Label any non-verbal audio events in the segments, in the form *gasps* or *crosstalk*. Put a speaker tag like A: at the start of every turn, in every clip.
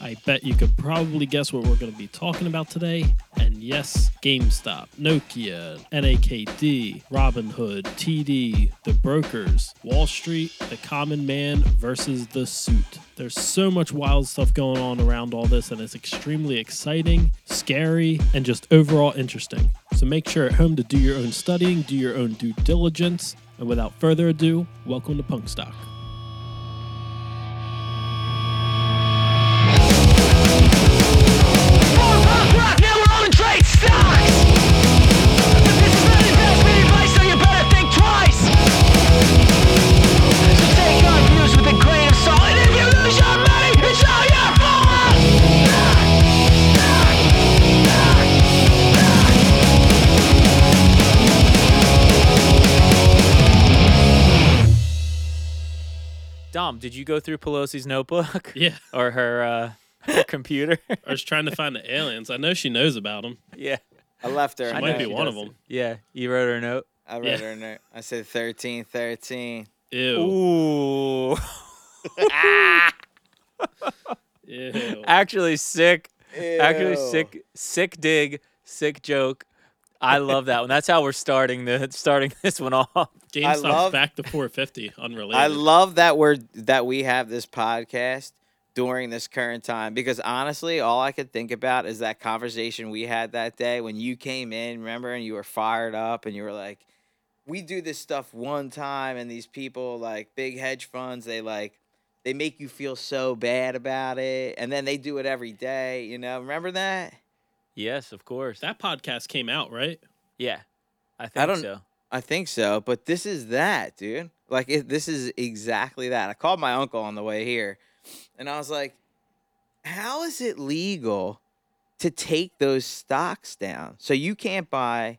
A: I bet you could probably guess what we're going to be talking about today. And yes, GameStop, Nokia, NAKD, Robinhood, TD, The Brokers, Wall Street, The Common Man versus The Suit. There's so much wild stuff going on around all this, and it's extremely exciting, scary, and just overall interesting. So make sure at home to do your own studying, do your own due diligence. And without further ado, welcome to Punkstock.
B: Dom, did you go through Pelosi's notebook?
A: Yeah.
B: *laughs* or her, uh, her
A: *laughs*
B: computer?
A: I was trying to find the aliens. I know she knows about them.
B: yeah.
C: I left her.
A: She
C: a
A: might be
C: note.
A: one of them.
B: Yeah. You wrote her a note.
C: I read
A: Yeah.
C: her a note. I said 13, 13.
A: Ew.
B: Ooh. *laughs*
A: Ew.
B: Actually sick. Actually
C: Ew.
B: sick sick dig. Sick joke. I love that one. That's how we're starting the starting this one *laughs* off.
A: GameStop's
C: love-
A: back to 450. Unrelated.
C: I love that we're that we have this podcast during this current time because honestly, all I could think about is that conversation we had that day when you came in, remember, and you were fired up and you were like, We do this stuff one time and these people like big hedge funds, they like they make you feel so bad about it and then they do it every day, you know. Remember that?
B: Yes, of course.
A: that podcast came out right.
B: yeah. I think
C: I don't-
B: so.
C: I think so, but this is that, dude. Like it, this is exactly that. I called my uncle on the way here, and I was like, "How is it legal to take those stocks down? So you can't buy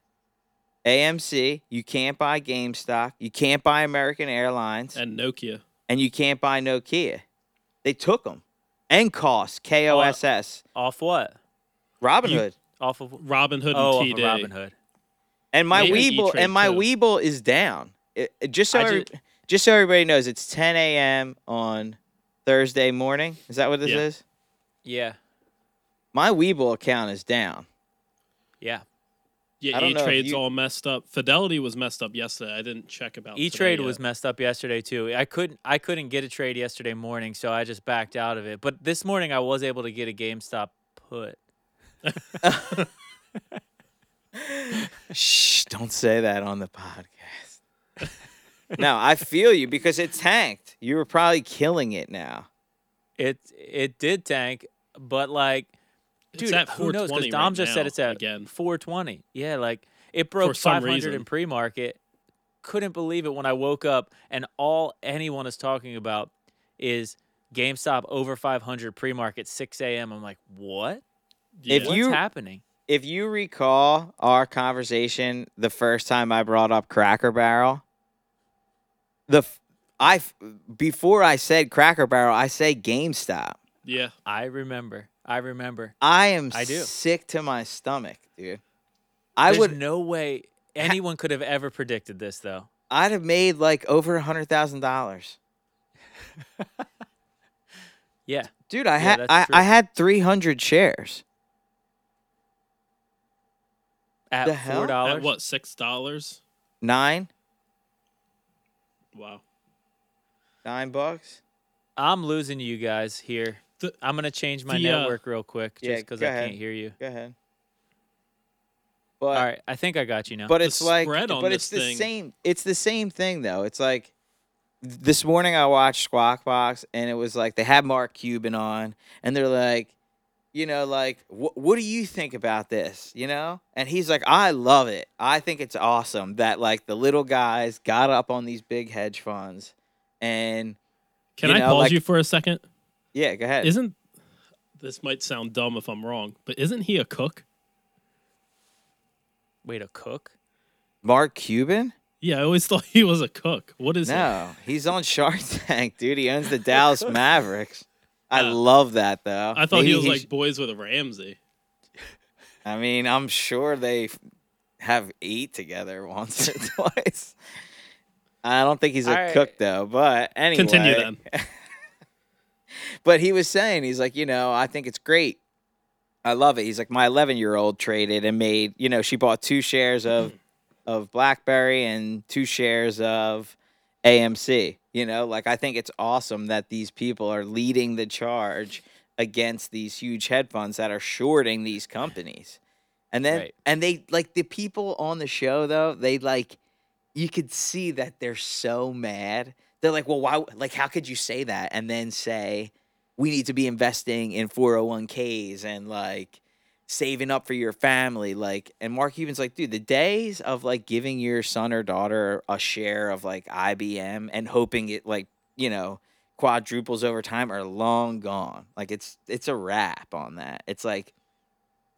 C: AMC, you can't buy GameStop, you can't buy American Airlines, and,
A: And Nokia.
C: you can't buy Nokia. They took them and cost K O S S
B: Off what?
C: Robinhood."
B: Off of
A: Robin Hood
B: Oh, off
A: and
B: of
A: TD.
B: Robin Hood.
C: And my
A: Yeah, you
C: Weeble
A: trade
C: and my
A: too.
C: Weeble is down. It, it- just so
B: I
C: every-
B: ju-
C: just so everybody knows, it's 10 a.m. on Thursday morning. Is that what this
A: Yeah.
C: is?
B: Yeah.
C: My Weeble account is down.
B: Yeah.
C: I
A: Yeah,
C: don't
A: E
C: know if
A: Trade's
C: you-
A: all messed up. Fidelity was messed up yesterday. I didn't check about today
B: E Trade
A: yet.
B: was messed up yesterday too. I couldn't I couldn't get a trade yesterday morning, so I just backed out of it. But this morning I was able to get a GameStop put.
C: Shh! Don't say that on the podcast. no, I feel you because it tanked. You were probably killing it now.
B: It it did tank, but like
A: It's
B: dude,
A: at
B: who
A: 420
B: knows? Because Dom
A: right
B: just
A: now
B: said it's at
A: again.
B: 420. Yeah, like it broke
A: some
B: 500 in
A: reason.
B: pre-market. Couldn't believe it when I woke up and all anyone is talking about is GameStop over 500 pre-market 6 a.m. I'm like, what?
A: Yeah.
C: If
B: What's
C: you-
B: happening?
C: If you recall our conversation the first time I brought up Cracker Barrel, the f- I f- before I said Cracker Barrel, I say GameStop.
A: yeah,
B: I remember. I remember.
C: I am
B: I do.
C: sick to my stomach, dude. I
B: There's
C: would
B: no way anyone could have ever predicted this though.
C: I'd have made like over a hundred thousand dollars.
B: Yeah.
C: Dude, I
B: Yeah,
C: had
B: that's
C: I,
B: true.
C: I had three hundred shares.
B: At
C: The hell?
B: four dollars.
A: at what six dollars?
C: Nine?
A: Wow.
C: Nine bucks?
B: I'm losing you guys here.
A: The-
B: I'm gonna change my
A: the, uh,
B: network real quick
C: Yeah,
B: just because
C: go
B: I
C: ahead.
B: can't hear you.
C: Go ahead. But
B: All right, I think I got you now.
C: but
A: The
C: it's like
A: spread on
C: but it's
A: this
C: the
A: thing-
C: same it's the same thing though. It's like this morning I watched Squawk Box and it was like they had Mark Cuban on and they're like you know, like, "Wh- what do you think about this? You know? And he's like, I love it. I think it's awesome that, like, the little guys got up on these big hedge funds. And
A: Can
C: You
A: I
C: know,
A: pause
C: like-
A: you for a second?
C: yeah, go ahead.
A: Isn't this might sound dumb if I'm wrong, but isn't he a cook?
B: Wait, a cook?
C: Mark Cuban?
A: Yeah, I always *laughs* thought he was a cook. What is he? *laughs*
C: No, he's on Shark Tank, dude. He owns the Dallas Mavericks. I
A: Yeah.
C: love that, though.
A: I thought
C: Maybe
A: he was
C: sh-
A: like boys with a Ramsey.
C: I mean, I'm sure they f- have ate together *laughs* once
A: *laughs*
C: or twice. I don't think he's a
B: Alright.
C: cook though, but anyway.
A: Continue then.
C: *laughs* But he was saying, he's like, you know, I think it's great. I love it. He's like, my 11 year old traded and made, you know, she bought two
A: *clears throat*
C: shares of of BlackBerry and two shares of AMC. You know, like I think it's awesome that these people are leading the charge against these huge head funds that are shorting these companies. And then
B: Right.
C: and they like the people on the show though, they like you could see that they're so mad. They're like, "Well, why like how could you say that?" and then say we need to be investing in 401k's and like saving up for your family like and mark cuban's like dude the days of like giving your son or daughter a share of like ibm and hoping it like you know quadruples over time are long gone like it's it's a wrap on that it's like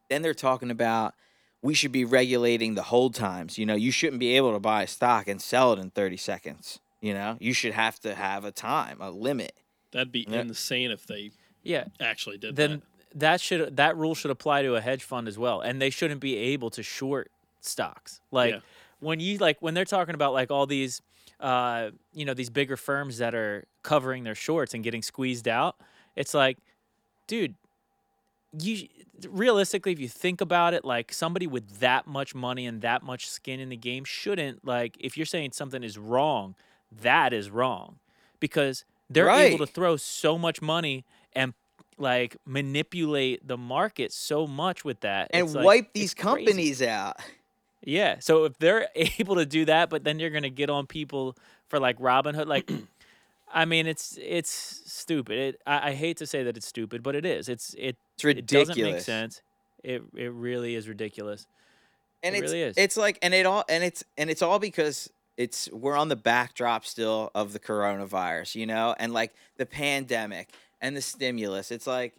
C: then they're talking about we should be regulating the hold times you know you shouldn't be able to buy a stock and sell it in 30 seconds you know you should have to have a time a limit
A: That'd be
C: Yeah.
A: insane if they
B: Yeah.
A: actually did
B: Then that should that rule should apply to a hedge fund as well, and they shouldn't be able to short stocks. Like
A: Yeah.
B: when you like when they're talking about like all these, uh, you know, these bigger firms that are covering their shorts and getting squeezed out. It's like, dude, you realistically, if you think about it, like somebody with that much money and that much skin in the game shouldn't like. If you're saying something is wrong, that is wrong, because they're able
C: Right.
B: to throw so much money and like manipulate the market so much with that
C: and
B: It's like-
C: wipe
B: it's
C: these
B: crazy.
C: companies out.
B: Yeah. So if they're *laughs* able to do that, but then you're gonna get on people for like Robinhood, like
C: *clears throat*
B: I mean, it's it's stupid. It, I, I hate to say that it's stupid, but it is. It's it
C: It's
B: It doesn't make
C: ridiculous.
B: sense. It it really is ridiculous.
C: And
B: It
C: it's
B: really is.
C: it's like and it all and it's and it's all because it's we're on the backdrop still of the coronavirus, you know, and like the pandemic and the stimulus. It's like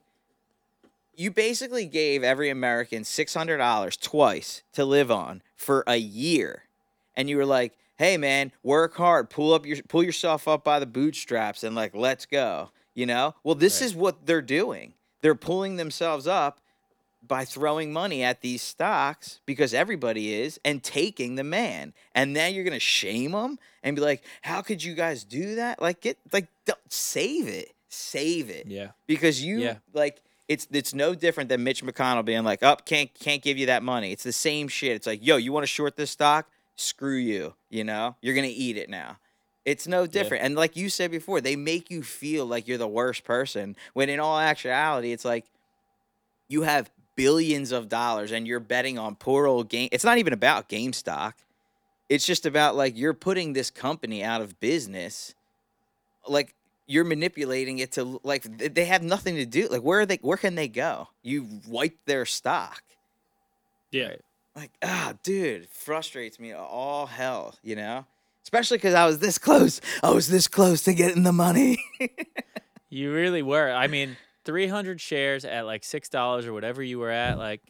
C: you basically gave every American six hundred dollars twice to live on for a year, and you were like, "Hey, man, work hard, pull up your pull yourself up by the bootstraps, and like, let's go." You know. Well, this
B: Right.
C: is what they're doing. They're pulling themselves up by throwing money at these stocks because everybody is and taking the man. And now you're gonna shame them and be like, "How could you guys do that? Like, get like, don't, save it, save it."
B: Yeah.
C: because you
B: Yeah.
C: like it's it's no different than Mitch McConnell being like, "Up, can't can't give you that money." It's the same shit. It's like, "Yo, you want to short this stock? Screw you. You know, you're gonna eat it now." It's no different. And like you said before, they make you feel like you're the worst person when in all actuality, it's like you have billions of dollars and you're betting on poor old game. It's not even about GameStop. It's just about like you're putting this company out of business. Like you're manipulating it to like th- they have nothing to do. Like where are they? Where can they go? You wiped their stock.
A: Yeah.
C: Like ah, dude, frustrates me all hell. You know, especially because I was this close. I was this close to getting the money. *laughs*
B: You really were. I mean, 300 shares at like six dollars or whatever you were at, like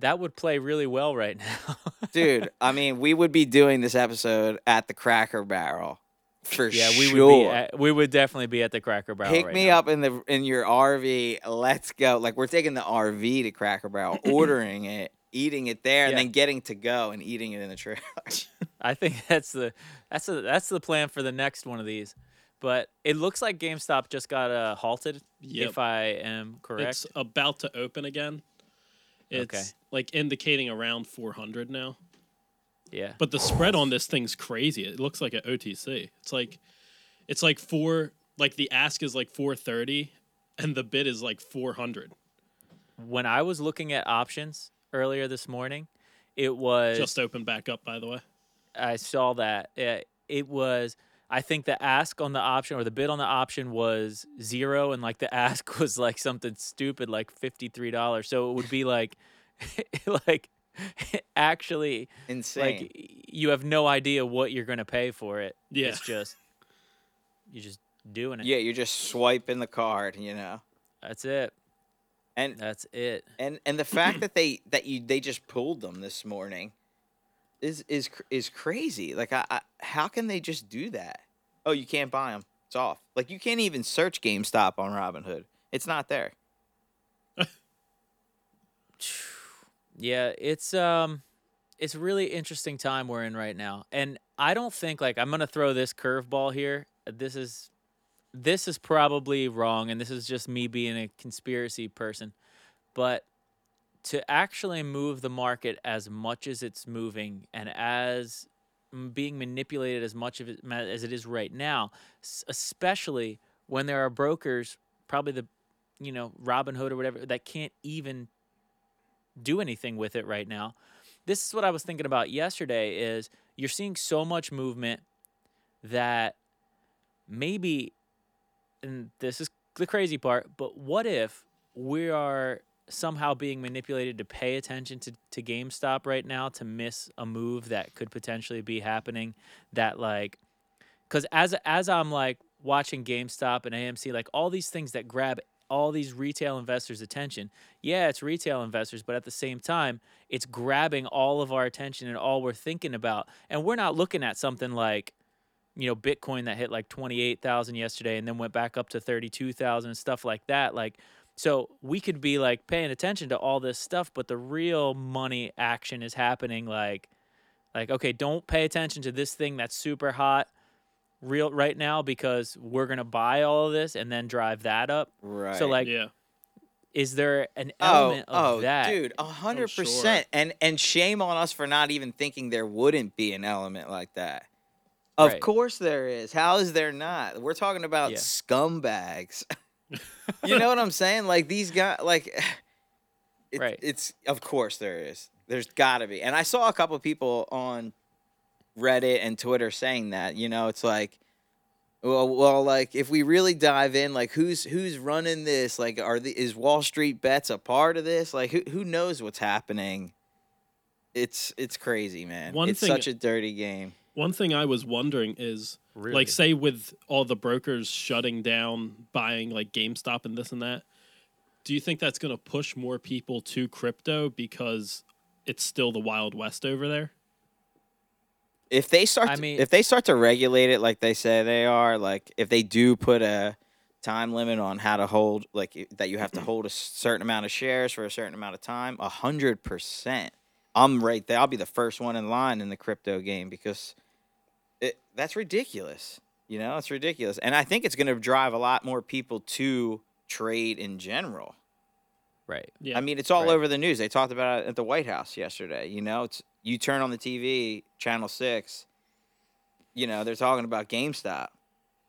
B: that would play really well right *laughs* now.
C: Dude, I mean, we would be doing this episode at the Cracker Barrel for
B: yeah, we
C: sure.
B: would be. At, we would definitely be at the Cracker Barrel.
C: Pick
B: right
C: me
B: now.
C: up in the in your RV. Let's go. Like we're taking the RV to
B: *clears throat*
C: Cracker Barrel, ordering it, eating it there, and
B: Yeah.
C: then getting to go and eating it in the trailer.
B: I think *laughs* that's the that's the that's the plan for the next one of these. But it looks like GameStop just got uh, halted.
A: Yep.
B: If I am correct,
A: It's about to open again. It's
B: Okay.
A: like indicating around 400 now.
B: yeah,
A: But the spread on this thing's crazy. It looks like an OTC. It's like it's like 4 like the ask is like 430 and the bid is like 400.
B: when I was looking at options earlier this morning, it was
A: Just opened back up by the way.
B: I saw that uh, it was. I think the ask on the option or the bid on the option was zero, and like the *laughs* ask was like something stupid, like fifty three dollars. So it would be like, *laughs* like *laughs* actually,
C: Insane.
B: like you have no idea what you're gonna pay for it.
A: Yeah.
B: it's just you're just doing it.
C: yeah, you're just swiping the card, you know.
B: that's it.
C: And
B: That's it.
C: and and the fact that they that you they just pulled them this morning is is cr- is crazy like I, I how can they just do that oh you can't buy them it's off like you can't even search gamestop on robinhood it's not there
B: Yeah, it's um it's a really interesting time we're in right now. And I don't think like I'm going to throw this curveball here. This is this is probably wrong and this is just me being a conspiracy person. But to actually move the market as much as it's moving and as m- being manipulated as much of it ma- as it is right now, s- especially when there are brokers, probably the you know, Robinhood or whatever that can't even do anything with it right now. This is what I was thinking about yesterday is you're seeing so much movement that maybe and this is the crazy part, but what if we are somehow being manipulated to pay attention to, to GameStop right now to miss a move that could potentially be happening that like because as as I'm like watching GameStop and AMC, like all these things that grab all these retail investors' attention. Yeah, it's retail investors, but at the same time, it's grabbing all of our attention and all we're thinking about. And we're not looking at something like, you know, Bitcoin that hit like twenty eight thousand yesterday and then went back up to thirty two thousand and stuff like that. Like, so we could be like paying attention to all this stuff, but the real money action is happening. Like, like okay, don't pay attention to this thing that's super hot real right now because we're gonna buy all of this and then drive that up.
C: right
B: So like,
A: yeah.
B: is there an
C: oh
B: element of
C: oh
B: that?
C: dude a hundred
A: sure.
C: percent and and shame on us for not even thinking there wouldn't be an element like that of
B: Right.
C: course there is. How is there not? We're talking about
B: Yeah. *laughs*
C: scumbags. you know what I'm saying? Like these guys, like *sighs* it,
B: Right.
C: It's of course there is. There's got to be. And I saw a couple people on Reddit and Twitter saying that. You know, it's like, well, well, like if we really dive in, like who's who's running this? Like, are the is Wall Street bets a part of this? Like, who who knows what's happening? It's it's crazy, man.
A: One
C: it's
A: thing-
C: such a dirty game.
A: One thing I was wondering is
B: Really?
A: like say with all the brokers shutting down buying like GameStop and this and that, do you think that's going to push more people to crypto because it's still the wild west over there?
C: if they start
B: I
C: to-
B: mean-
C: if they start to regulate it like they say they are like if they do put a time limit on how to hold like i- that you have to hold a certain amount of shares for a certain amount of time a hundred percent i'm right there i'll be the first one in line in the crypto game because it, that's ridiculous you know it's ridiculous and i think it's going to drive a lot more people to trade in general
B: right.
A: Yeah.
C: I mean, it's all
B: Right.
C: over the news. They talked about it at the White House yesterday. You know, it's you turn on the TV, Channel Six. You know, they're talking about GameStop.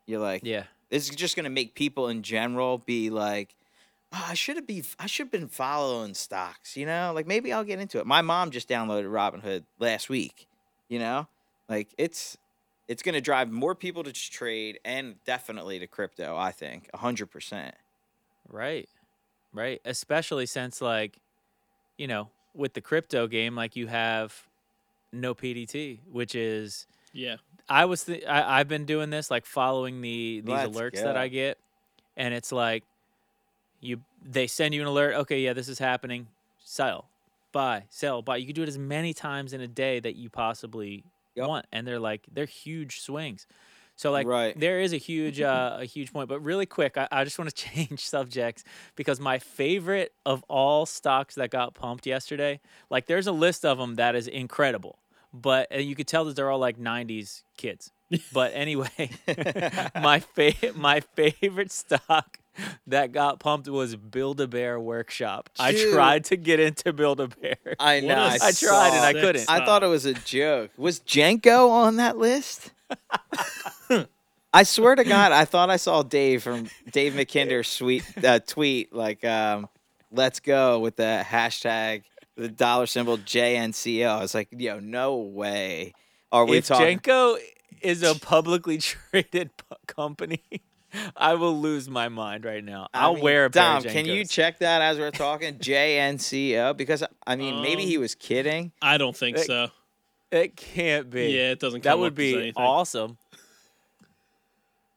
C: You're like,
B: Yeah.
C: this is just gonna make people in general be like, oh, I should have be, I should have been following stocks. You know, like maybe I'll get into it. My mom just downloaded Robinhood last week. You know, like it's it's gonna drive more people to trade and definitely to crypto. I think hundred percent.
B: Right. Right. Especially since like, you know, with the crypto game, like you have no PDT, which is
A: yeah.
B: I was th- I, I've been doing this like following the these
C: Let's
B: alerts that I
C: go.
B: get, and it's like you they send you an alert. Okay, yeah, this is happening. Sell, buy, sell, buy. You can do it as many times in a day that you possibly
C: Yep.
B: want, and they're like they're huge swings. So like
C: Right.
B: there is a huge
C: *laughs*
B: uh, a huge point, but really quick, I, I just want to *laughs* change subjects because my favorite of all stocks that got pumped yesterday, like there's a list of them that is incredible, but and you could tell that they're all like '90s kids. But
C: *laughs*
B: anyway, my fa- my favorite stock that got pumped was Build a Bear Workshop. I
C: Dude.
B: tried *laughs* to get into Build a Bear.
C: I know.
A: What a
B: I tried and
C: saw-
B: I
A: sick
B: couldn't.
C: I thought it was a joke. Was Jenko on that list?
B: *laughs*
C: I swear to God, I thought I saw Dave from Dave McKinder's sweet uh, tweet like, um, "Let's go" with the hashtag the dollar symbol JNCO. I was like, "Yo, no way." Are
B: *laughs*
C: we
B: if
C: talking?
B: Jenko is a publicly *laughs* traded pu- company, *laughs* I will lose my mind right now.
C: I
B: I'll
C: mean,
B: wear a pair
C: Dom,
B: of
C: can you
B: Jenkos.
C: check that as we're talking? JNCO? Because, I mean, maybe
A: Um,
C: he was kidding.
A: I don't think
B: Hey,
A: so.
B: It can't be.
A: Yeah, it doesn't.
B: that
A: come up
B: would
A: as
B: be
A: anything.
B: awesome.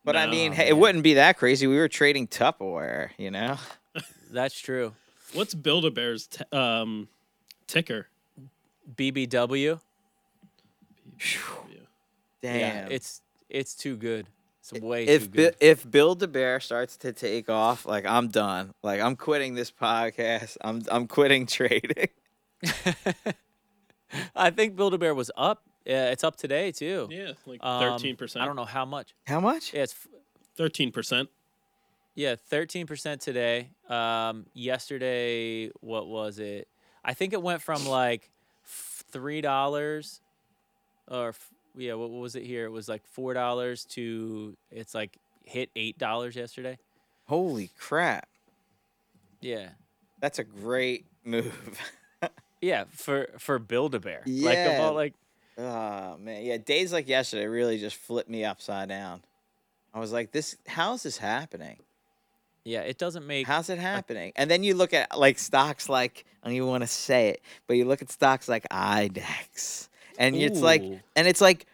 C: But I
A: no,
C: mean, hey, it wouldn't be that crazy. We were trading Tupperware, you know?
B: That's true.
A: What's Build a Bear's t- um, ticker?
B: BBW.
C: Damn.
B: Yeah, it's it's too good. It's way too
C: if Bi-
B: good.
C: if Build the Bear starts to take off, like I'm done. Like I'm quitting this podcast. I'm I'm quitting *laughs* trading.
B: I think Build a Bear was up. Yeah, it's up today too.
A: Yeah, like
B: Um,
A: thirteen percent.
B: I don't know how much.
C: How much?
B: Yeah, it's f-
A: Thirteen percent.
B: yeah, thirteen percent today. Um, yesterday, what was it? I think it went from like f- three dollars, or f- yeah, what what was it here? It was like four dollars to it's like hit eight dollars yesterday.
C: Holy crap!
B: Yeah,
C: That's a great move. *laughs*
B: yeah, for for Build a Bear. like, of
C: Yeah.
B: all, like
C: oh man, yeah. Days like yesterday really just flipped me upside down. I was like, this. How is this happening?
B: yeah, it doesn't make
C: How's it happening? And then you look at like stocks like I don't even want to say it, but you look at stocks like IDEX, and it's like,
A: Ooh.
C: and it's like,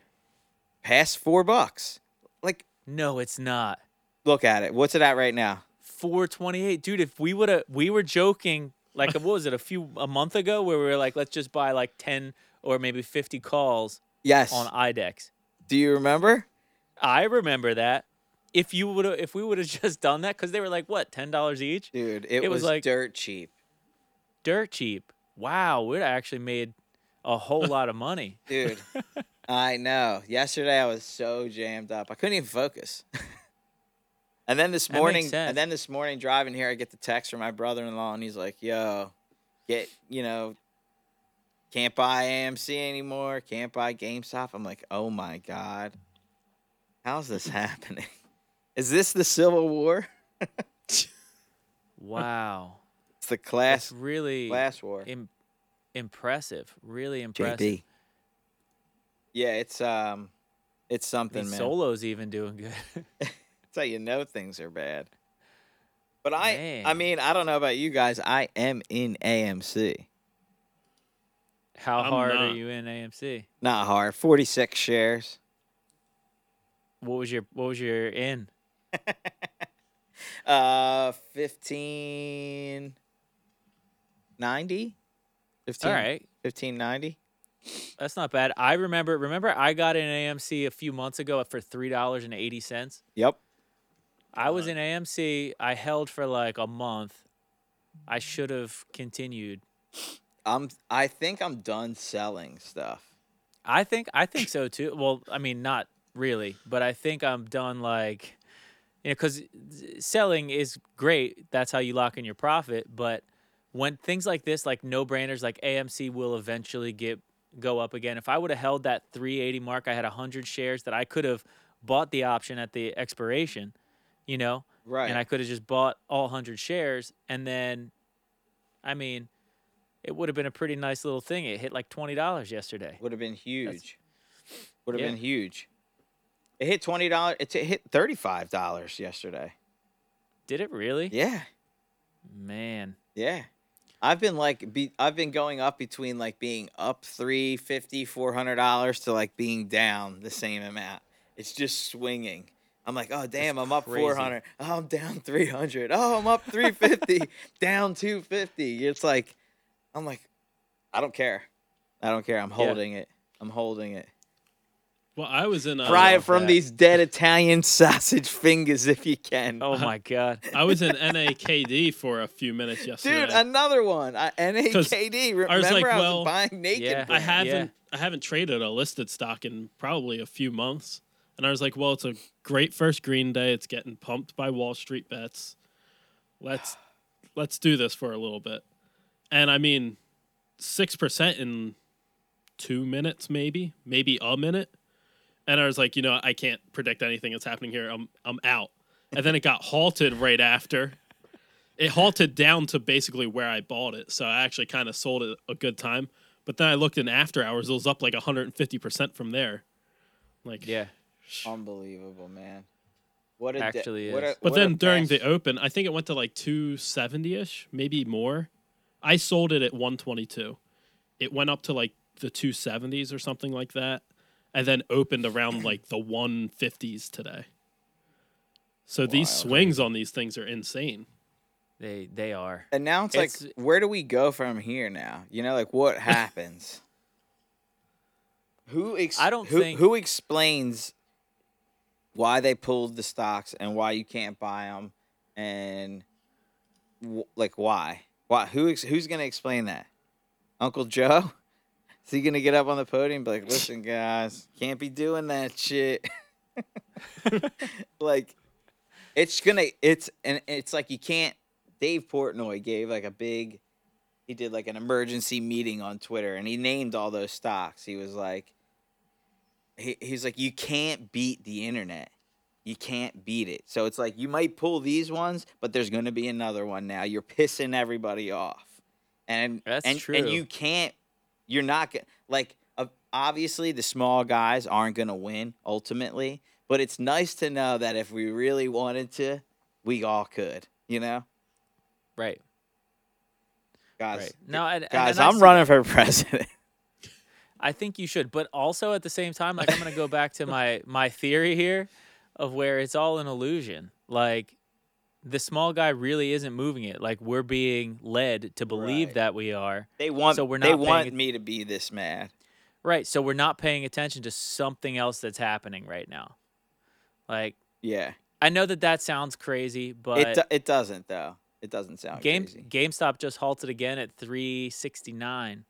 C: past four bucks. Like,
B: no, it's not.
C: look at it. What's it at right now?
B: 428 dude if we would have we were joking like what was it a few a month ago where we were like let's just buy like 10 or maybe 50 calls
C: Yes.
B: on E idex
C: Do you remember?
B: i remember that if you would have if we would have *laughs* just done that because they were like what $10 each
C: Dude, it,
B: It was
C: was,
B: like-
C: dirt cheap.
B: dirt cheap wow we actually made a whole lot of money *laughs*
C: Dude, I know. Yesterday I was so jammed up. I couldn't even focus. *laughs* and then this
B: makes
C: morning
B: sense.
C: and then this morning driving here I get the text from my brother-in-law and he's like, "Yo, get, you know, can't buy AMC anymore, can't buy GameStop." I'm like, "Oh my god. How's this *laughs* happening? Is this the Civil War?
B: wow
C: It's the
B: that's
C: class
B: really
C: class war."
B: im- impressive really impressive
C: JD. Yeah, it's um, it's
B: I mean,
C: something, man.
B: solo's even doing good *laughs*
C: That's how you know things are bad. But I, I
B: Man.
C: mean, I don't know about you guys. I am in AMC.
B: how
A: I'm
B: hard are
A: not.
B: you in amc
C: Not hard. Forty six shares.
B: what was your what was your in
C: Uh, fifteen ninety. Fifteen.
B: All right,
C: Fifteen ninety.
B: that's not bad. I remember. Remember, I got in AMC a few months ago for three dollars and eighty cents.
C: Yep.
B: I was in AMC. I held for like a month. I should have continued.
C: I'm. I think I'm done selling stuff.
B: I think. I think so too. Well, I mean, not really, but I think I'm done. Like, you know, because selling is great. That's how you lock in your profit. But when things like this, like no brainers, like AMC will eventually get go up again. If I would have held that 380 mark, I had 100 shares that I could have bought the option at the expiration, you know,
C: Right.
B: and I could have just bought all 100 shares. And then, I mean, it would have been a pretty nice little thing. It hit like $20 yesterday.
C: would have been huge. Would have
B: Yeah.
C: been huge. It hit twenty dollars. It hit thirty five dollars yesterday.
B: Did it really?
C: Yeah. *laughs*
B: Man.
C: Yeah. I've been like be, I've been going up between like being up 350 400 dollars to like being down the same amount. It's just swinging. I'm like, "Oh damn, I'm up
B: crazy.
C: 400. Oh, I'm down 300. Oh, I'm up
B: *laughs*
C: 350, down 250." It's like I'm like I don't care. I don't care. I'm holding it. I'm holding it.
A: Well, I was in.
C: Pry
A: Uh,
C: it from
B: that.
C: these dead Italian *laughs* sausage fingers if you can.
B: Oh my God.
A: I was in NAKD for a few
B: *laughs*
A: minutes yesterday.
C: Dude, another one. I, NAKD. Remember, I was,
A: like, well,
C: buying naked.
B: yeah.
A: I
C: brand.
B: have-
A: haven't
B: yeah.
A: I haven't traded a listed stock in probably a few months. And I was like, well, it's a great first green day. It's getting pumped by Wall Street bets. Let's let's do this for a little bit. And I mean, six percent in two minutes, maybe, maybe a minute. And I was like, you know, I can't predict anything that's happening here. I'm I'm out. And then it got halted right after. It halted down to basically where I bought it. So I actually kind of sold it a good time. But then I looked in after hours, it was up like 150% from there. Like,
B: Yeah.
C: Unbelievable, man. What a de-
B: Actually
C: what a-
B: is.
A: But
C: what a
A: then during the
C: best-
A: open, I think it went to like 270 ish, maybe more. I sold it at 122. It went up to like the 270s or something like that, and then opened
C: *clears throat*
A: around like the 150s today. So these
C: Wild.
A: swings on these things are insane.
B: They they are.
C: announce like
B: it's-
C: where do we go from here now? You know,
B: *laughs*
C: like what happens? who ex-
B: I don't
C: who,
B: think-
C: who explains why they pulled the stocks and why you can't buy them and w- like why why who ex- who's gonna explain that? Uncle Joe. *laughs* Is he gonna get up on the podium and be like,
B: *laughs*
C: "Listen, guys, can't be doing that shit." *laughs* like, it's gonna, it's and it's like you can't. Dave Portnoy gave like a big, he did like an emergency meeting on Twitter, and he named all those stocks. He was like, he, he's like, you can't beat the internet. You can't beat it. So it's like you might pull these ones, but there's gonna be another one now. You're pissing everybody off, and
B: That's
C: and,
B: true.
C: and you can't you're not gonna like ob- obviously the small guys aren't gonna win ultimately but it's nice to know that if we really wanted to we all could you know
B: Right.
C: guys
B: Right. No, and, and-
C: guys
B: and I
C: i'm
B: see-
C: running for *laughs* president
B: I think you should, but also at the same time, like I'm gonna go back to
C: *laughs*
B: my my theory here, of where it's all an illusion. Like the small guy really isn't moving it. Like we're being led to believe
C: Right.
B: that we are.
C: they want
B: So we're
C: they
B: not paying
C: want
B: att-
C: me to be this mad
B: Right. So we're not paying attention to something else that's happening right now. Like
C: yeah
B: I know that that sounds crazy, but
C: it, do- it doesn't though it doesn't sound
B: Game
C: crazy.
B: GameStop just halted again at 369.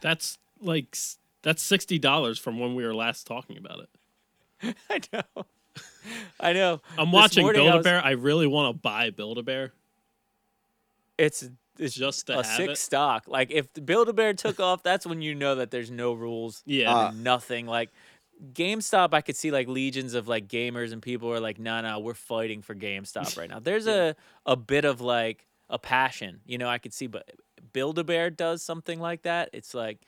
A: That's like, s- that's $60 from when we were last talking about it.
B: I know. *laughs* I know.
A: I'm
B: This
A: watching
B: morning I
A: Build
B: was-
A: a Bear. I really want to buy Build a Bear.
B: It's it's
A: Just to
B: a
A: have
B: sick
A: it.
B: stock. Like if the Build a Bear took off, that's when you know that there's no rules.
A: Yeah.
C: Uh,
B: Nothing. Like GameStop, I could see like legions of like gamers and people are like, no, no, we're fighting for GameStop right now.
A: *laughs*
B: There's a a bit of like a passion, you know, I could see, but Build a Bear does something like that. It's like,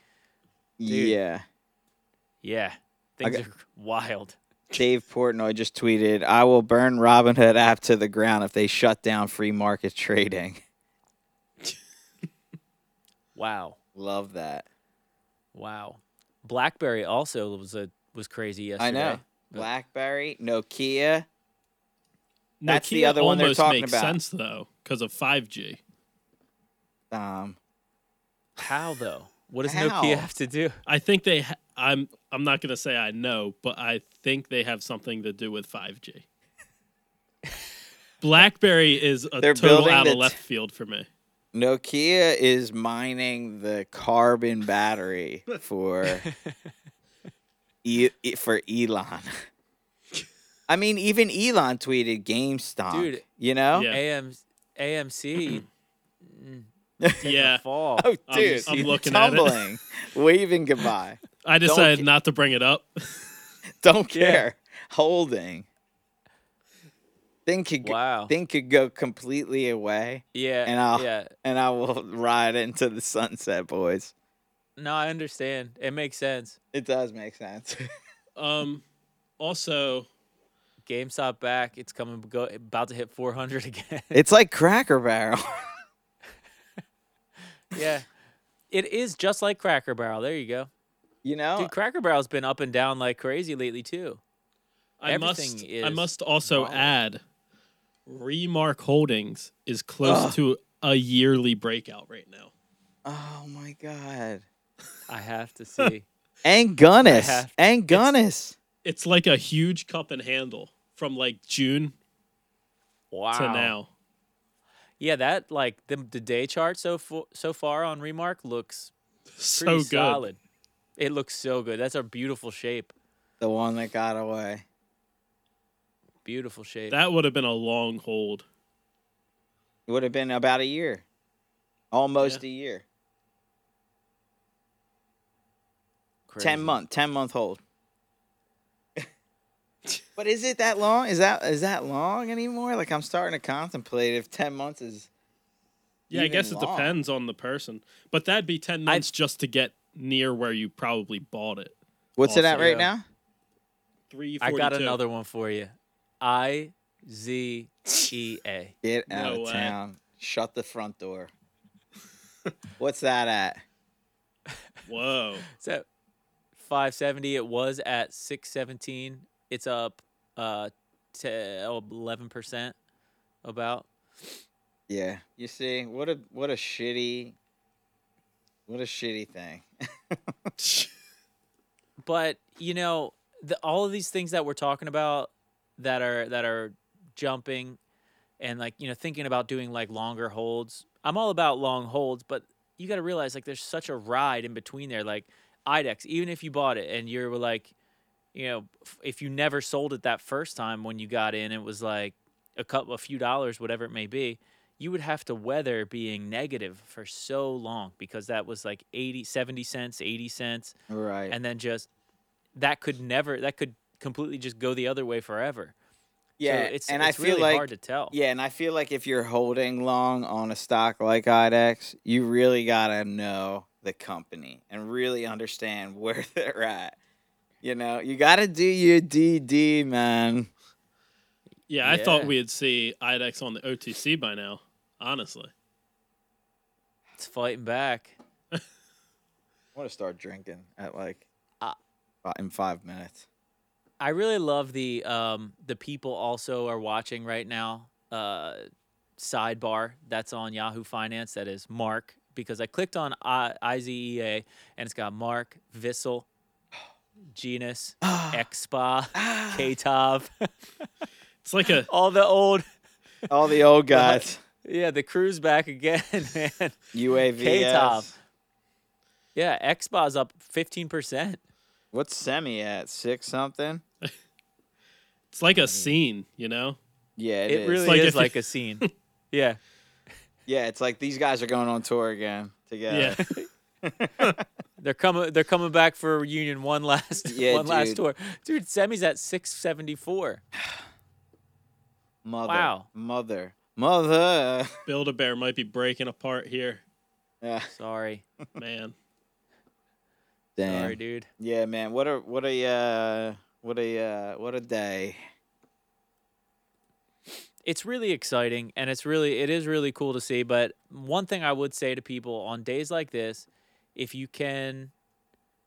B: dude.
C: yeah
B: yeah, things
C: got-
B: are *laughs* wild.
C: Dave Portnoy just tweeted, "I will burn Robinhood app to the ground if they shut down free market trading." *laughs*
B: Wow.
C: Love that.
B: Wow. BlackBerry also was a was crazy yesterday.
C: I know.
B: but-
C: BlackBerry, Nokia, That's the
A: Nokia
C: other one they're
A: almost
C: talking
A: makes
C: about.
A: sense though, because of 5G.
C: um,
B: How though? What does
C: How?
B: Nokia have to do?
A: I think they. Ha- I'm. I'm not gonna say I know, but I think they have something to do with
B: *laughs*
A: 5G. BlackBerry is a
C: They're
A: total
C: building
A: out
C: the
A: of
C: t-
A: left field for me.
C: Nokia is mining the carbon
A: *laughs*
C: battery for e- e- for
A: *laughs*
C: Elon. I mean, even Elon tweeted GameStop.
B: Dude.
C: you know?
A: Yeah.
B: AM,
A: *clears throat*
B: AMC.
A: Yeah,
B: Fall.
C: *laughs* Oh,
A: I'm-
C: dude,
A: I'm
C: he's
A: looking at it.
C: tumbling,
A: *laughs*
C: waving goodbye.
A: I decided
C: ca-
A: not to bring it up.
C: Don't care. Holding. Thing could go-
B: Wow.
C: thing could go completely away,
B: Yeah.
C: and uh, I'll
B: yeah.
C: and I will *laughs* ride into the sunset, boys.
B: No, I understand. It makes sense.
C: It does make
A: *laughs*
C: sense.
A: Um. Also,
B: GameStop back. It's coming. Go, about to hit 400 *laughs* again.
C: it's like Cracker Barrel. *laughs*
B: yeah. It is just like Cracker Barrel. There you go.
C: You know,
B: Dude, Cracker Barrel's been up and down like crazy lately too.
A: I must.
B: Everything
A: I
B: is
A: must also
B: volatile.
A: add, Remark Holdings is close to a yearly breakout right now.
C: Oh my god.
B: I
A: *laughs*
B: have to see.
C: And Gunnis.
B: have-
C: And Gunnis.
A: It's like a huge cup and handle from like June
B: wow.
A: to now.
B: Yeah, that like the, the day chart so fo- so far on Remark looks
A: So
B: pretty
A: good.
B: solid. It looks so good. That's a beautiful shape.
C: The one that got away.
B: Beautiful shape.
A: That would have been a long hold.
C: It would have been about a year. Almost a year. Ten
B: Crazy.
C: month. Ten month hold. but is it that long? Is that is that long anymore? Like I'm starting to contemplate if ten months is
A: Yeah, I
C: even
A: guess it
C: long.
A: depends on the person. But that'd be 10 months just to get near where you probably bought it.
C: What's it at
A: Also,
C: right
A: yeah.
C: now?
A: Three
B: I
A: forty-two.
B: got another one for you. I Z E A.
C: Get out
A: No
C: of
A: way.
C: town. Shut the front door. What's that at?
A: Whoa.
B: It's at 570. It was at 617. It's up uh to 11% about.
C: Yeah. You see, what a what a shitty what a shitty thing.
B: But, you know, the, all of these things that we're talking about that are that are jumping and like, you know, thinking about doing like longer holds. I'm all about long holds, but you got to realize like there's such a ride in between there like IDEX, even if you bought it and you're like you know, f- if you never sold it that first time when you got in, it was like a couple, a few dollars, whatever it may be. You would have to weather being negative for so long because that was like 80, 70 cents, 80 cents.
C: Right.
B: And then just that could never, that could completely just go the other way forever.
C: yeah,
B: So it's,
C: and
B: it's
C: I feel
B: really
C: like
B: hard to tell.
C: Yeah, and I feel like if you're holding long on a stock like IDEX, you really gotta know the company and really understand *laughs* where they're at. You know, you gotta do your DD, man.
A: Yeah, I thought
C: Yeah.
A: we'd see IDEX on the OTC by now. Honestly,
B: It's fighting back.
C: I want to start drinking at like
B: Ah.
C: fi- in five minutes.
B: I really love the um the people also are watching right now. Uh, sidebar that's on Yahoo Finance. That is Mark because I clicked on I- IZEA and it's got Mark
C: *gasps*
B: Vissel, Genus, Expa,
C: Ah.
B: Ktov,
A: it's like a
B: *laughs* all the old
C: All the
B: *laughs*
C: old guys.
B: yeah the crew's back again, *laughs* man.
C: UAV.
B: K-Top. Yeah, Expa's up fifteen percent.
C: What's semi at? Six something?
A: it's
B: *laughs*
A: like a scene, you know.
C: Yeah,
B: It,
C: is.
B: really
A: like if
B: is
A: you-
B: like a scene. *laughs* yeah.
C: Yeah, it's like these guys are going on tour again together.
A: Yeah,
C: Yeah.
B: *laughs* They're coming. They're coming back for a reunion. One last.
C: Yeah,
B: one last
C: dude.
B: tour. Dude, Semi's at six seventy four.
C: Mother.
B: Wow.
C: Mother. Mother.
A: Build a Bear might be breaking apart here,
C: Yeah.
B: Sorry,
A: man.
C: Damn.
B: sorry, dude.
C: Yeah, man. What a what a uh, what a uh, what a day.
B: It's really exciting, and it's really it is really cool to see. But one thing I would say to people on days like this, if you can,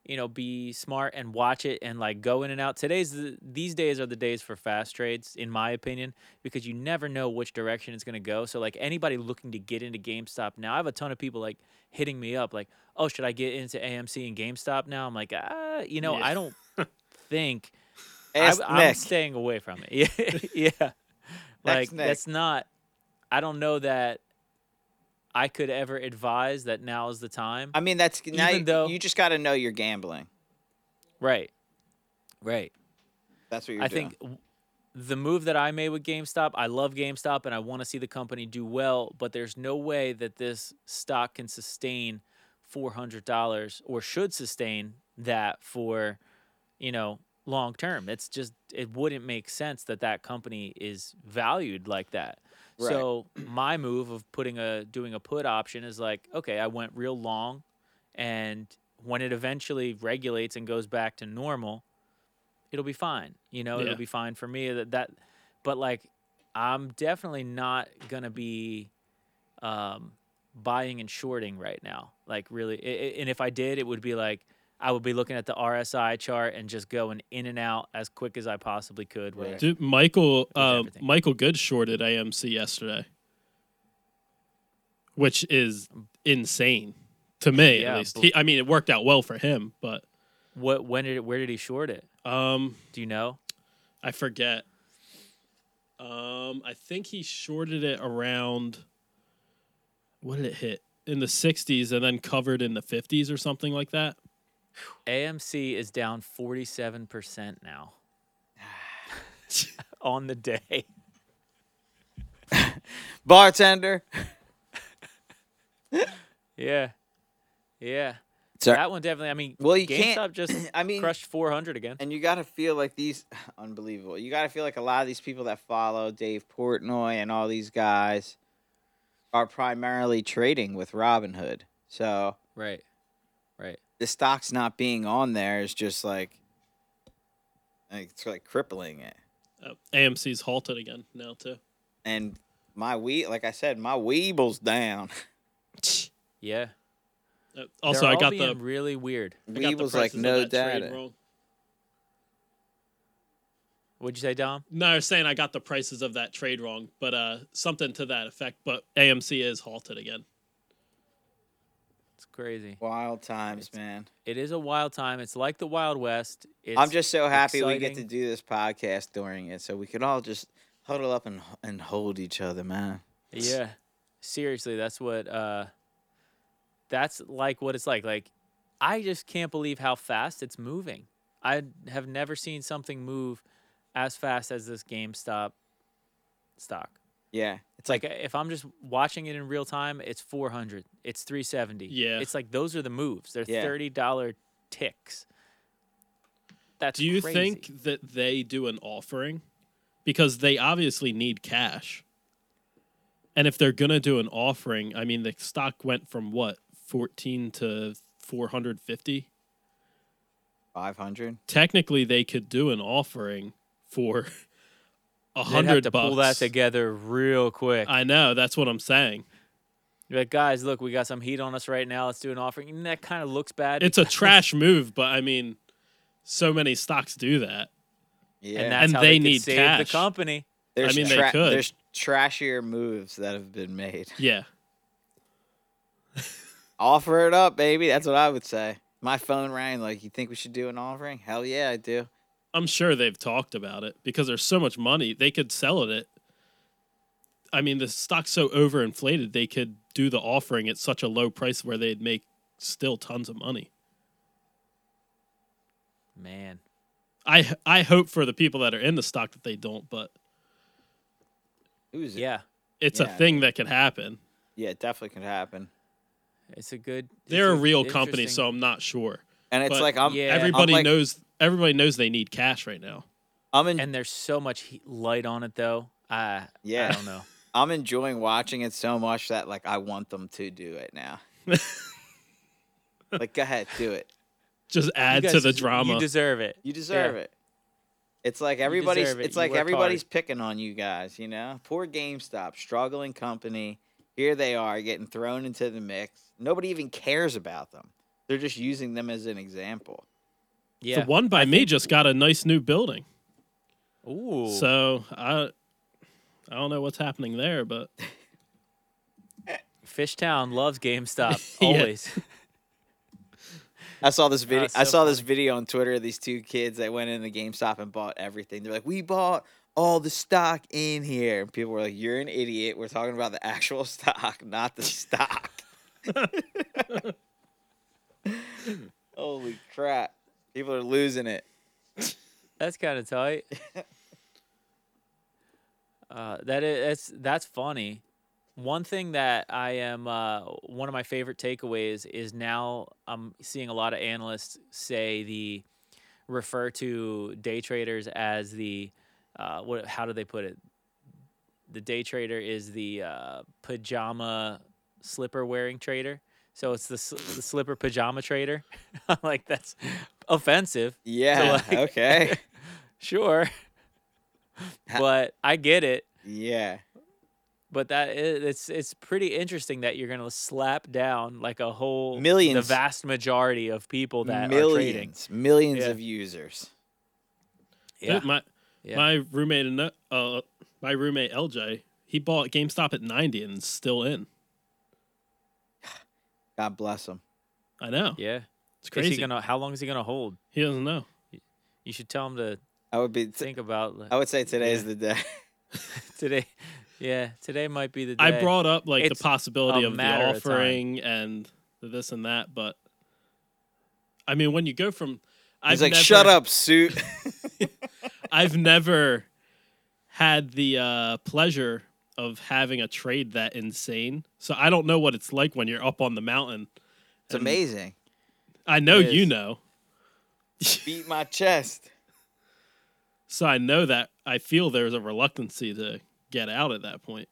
B: you know, be smart and watch it and like go in and out. Today's the, these days are the days for fast trades, in my opinion, because you never know which direction it's gonna go. So like anybody looking to get into GameStop now, I have a ton of people like hitting me up like, oh, should I get into AMC and GameStop now? I'm like, ah, you know,
A: Yeah.
B: I don't think.
C: Ask
B: I, am
C: Nick.
B: staying away from it. *laughs* Yeah, yeah. Like
C: Nick.
B: that's not. I don't know that I could ever advise that now is the time.
C: I mean, that's now
B: Even
C: you,
B: though-
C: you just got to know you're gambling.
B: right, right.
C: That's what you're
B: I
C: doing.
B: think w- the move that I made with GameStop. I love GameStop, and I want to see the company do well. But there's no way that this stock can sustain four hundred dollars, or should sustain that for, you know. Long term, it's just it wouldn't make sense that that company is valued like that.
C: Right.
B: So my move of putting a doing a put option is like, okay, I went real long and when it eventually regulates and goes back to normal, it'll be fine. You know,
A: Yeah.
B: it'll be fine for me that that but like I'm definitely not going to be um buying and shorting right now. Like really i i and if I did, it would be like I would be looking at the RSI chart and just going in and out as quick as I possibly could with
C: Right.
A: Dude, Michael uh,
B: everything.
A: Michael Good shorted AMC yesterday, which is insane to me
B: Um, Yeah,
A: at least.
B: bl-
A: He, I mean, it worked out well for him, but
B: what when did it where did he short it?
A: um,
B: Do you know?
A: I forget. Um, I think he shorted it around. What did it hit in the '60s and then covered in the '50s or something like that?
B: AMC is down 47% *sighs* now *laughs* on the day.
C: Bartender.
B: Yeah. Yeah.
C: Sorry.
B: That one definitely. I mean,
C: Well, you
B: GameStop
C: can't- *clears throat*
B: just
C: I mean,
B: crushed 400 again.
C: and you got to feel like these *sighs* unbelievable. You got to feel like a lot of these people that follow Dave Portnoy and all these guys are primarily trading with Robinhood. So
B: Right. Right.
C: the stock's not being on there is just like Like, It's like crippling it.
A: Uh, AMC's halted again now too.
C: And my we like I said, my weeble's down.
B: Yeah.
A: Uh, also,
B: They're
A: I
B: all
A: got
B: being
A: the
B: really weird.
A: I got the
C: Weeble's like
A: prices of
C: no
A: that trade
C: data.
A: wrong.
B: What'd you say, Dom?
A: No, I was saying I got the prices of that trade wrong, but uh, something to that effect. But AMC is halted again.
B: It's crazy.
C: Wild times, man.
B: It is a wild time. It's like the Wild West. It's,
C: I'm just so happy we get to
B: exciting.
C: do this podcast during it, so we could all just huddle up and and hold each other, man.
B: Yeah. Seriously, that's what uh that's like what it's like. Like I just can't believe how fast it's moving. I have never seen something move as fast as this GameStop stock.
C: Yeah, it's
B: Like
C: like
B: if I'm just watching it in real time, it's 400, it's 370.
A: Yeah.
B: It's like those are the moves. They're
C: Yeah.
B: $30 ticks. That's
A: Do you
B: crazy.
A: think that they do an offering? Because they obviously need cash. And if they're going to do an offering, I mean, the stock went from what, 14 to 450?
C: 500.
A: Technically, they could do an offering for *laughs* a
B: They'd have
A: 100
B: to
A: bucks.
B: pull that together real quick?
A: I know. That's what I'm saying.
B: You're like, guys, look, we got some heat on us right now. Let's do an offering. And that kind of looks bad.
A: It's a trash move, but I mean, so many stocks do that.
C: Yeah,
B: and that's
A: And
B: how
A: they
B: they, could
A: need
B: save
A: cash.
B: the company.
C: there's
A: mean, they could.
C: There's trashier moves that have been made. *laughs*
A: Yeah.
C: Offer it up, baby. That's what I would say. My phone rang. Like, you think we should do an offering? Hell yeah, I do.
A: I'm sure they've talked about it because there's so much money they could sell it. At, I mean, the stock's so overinflated they could do the offering at such a low price where they'd make still tons of money.
B: Man,
A: I I hope for the people that are in the stock that they don't, but
C: Who's it?
B: yeah,
A: it's
C: Yeah,
A: a thing that can happen.
C: yeah, it definitely could happen.
B: it's a good. it's
A: They're a
B: a
A: real company,
B: interesting-
A: so I'm not sure.
C: And it's
A: But
C: like I'm
B: yeah.
C: I'm
A: everybody
C: like-
A: knows everybody knows they need cash right now.
C: I'm in,
B: and there's so much heat, light on it though. I yeah,
C: Yeah.
B: I don't know.
C: I'm enjoying watching it so much that like I want them to do it now. like, go ahead, do it.
A: Just
B: You
A: *laughs* add to
B: guys
A: the
B: des-
A: drama.
B: You deserve it. *laughs*
C: You deserve it. It's like everybody's.
B: deserve it.
C: It's
B: You
C: like
B: work
C: everybody's picking on you guys. You know, poor GameStop, struggling company. Here they are getting thrown into the mix. Nobody even cares about them. They're just using them as an example.
B: Yeah.
A: The one by me just got a nice new building.
B: Ooh.
A: So I I don't know what's happening there, but
B: Fishtown loves GameStop
A: *laughs* Yeah.
B: always.
C: I saw this video.
B: That's
C: I
B: so
C: saw this video on Twitter of these two kids that went into GameStop and bought everything. They're like, "We bought all the stock in here," and people were like, "You're an idiot. We're talking about the actual *laughs* stock, not the stock." *laughs* Holy crap! People are losing it.
B: That's kind of tight. uh, that is that's that's funny. One thing that I am uh, one of my favorite takeaways is now I'm seeing a lot of analysts say the refer to day traders as the uh, what how do they put it? The day trader is the uh, pajama slipper wearing trader. So it's the, sl- the slipper pajama trader. *laughs* I'm like that's offensive
C: Yeah.
B: like- *laughs*
C: *laughs* okay.
B: sure but i get it
C: Yeah.
B: but that i- it's it's pretty interesting that you're gonna slap down like a whole the
C: Millions.
B: vast majority of people that are trading
C: Millions, millions
B: Yeah.
C: of users.
B: yeah
A: Dude, my
B: Yeah.
A: my roommate in the- uh my roommate LJ, he bought GameStop at 90 and is still in.
C: God bless them.
A: I know.
B: yeah
A: It's
B: Is
A: crazy.
B: he gonna how long is he gonna hold
A: He doesn't know.
B: you should tell him to
C: I would be.
B: think about like,
C: I would say today is
B: Yeah.
C: the day. *laughs*
B: today *laughs* yeah today might be the day
A: I brought up like
B: It's
A: the possibility
B: a
A: of the
B: matter of time.
A: offering and the this and that, but I mean when you go from I've
C: He's like,
A: never-
C: "Shut up, suit."
A: *laughs*
C: *laughs*
B: *laughs*
A: I've never had the uh, pleasure of having a trade that insane. So I don't know what it's like when you're up on the mountain.
C: it's amazing.
A: I know
B: It
A: you
B: is.
A: know.
C: Beat my chest.
A: So I know that I feel there's a reluctancy to get out at that point.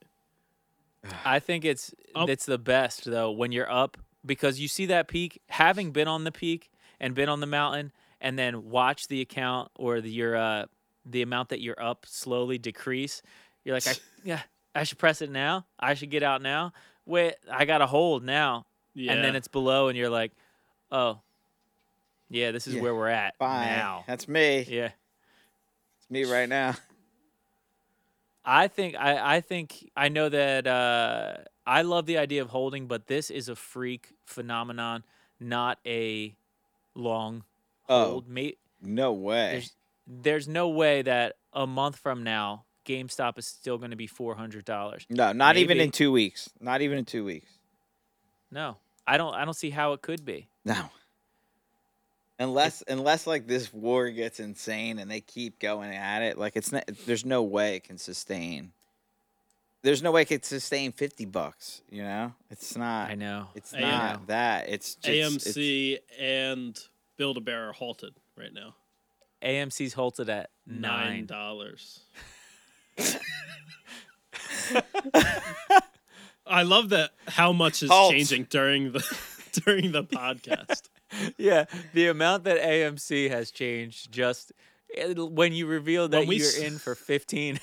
B: I think it's
A: Um,
B: it's the best though when you're up because you see that peak. Having been on the peak and been on the mountain, and then watch the account or the, your uh, the amount that you're up slowly decrease. You're like, I, yeah, I should press it now. I should get out now. Wait, I got a hold now,
A: Yeah.
B: and then it's below, and you're like, oh, yeah, this is
C: Yeah.
B: where we're at
C: Fine.
B: now.
C: That's me.
B: Yeah.
C: It's me right now.
B: I think I, I think I know that uh, I love the idea of holding, but this is a freak phenomenon, not a long
C: Oh.
B: hold. Mate,
C: No way.
B: there's, there's no way that a month from now GameStop is still going to be four hundred dollars.
C: No, not even
B: maybe.
C: in two weeks. Not even in two weeks.
B: No, I don't. I don't see how it could be.
C: No. Unless unless like this war gets insane and they keep going at it, like it's not, there's no way it can sustain. There's no way it could sustain fifty bucks. You know, it's not.
B: I know.
C: It's
A: I
C: not
B: know.
C: that. It's just, it's-
A: AMC and Build a Bear are halted right now.
B: AMC's halted at
A: Nine *laughs*
B: nine.
A: dollars. I love that how much is
C: Halt.
A: changing during the *laughs* during the *laughs* podcast.
B: yeah, the amount that AMC has changed just it'll- when you reveal that
A: we
B: you're
A: s-
B: in for fifteen.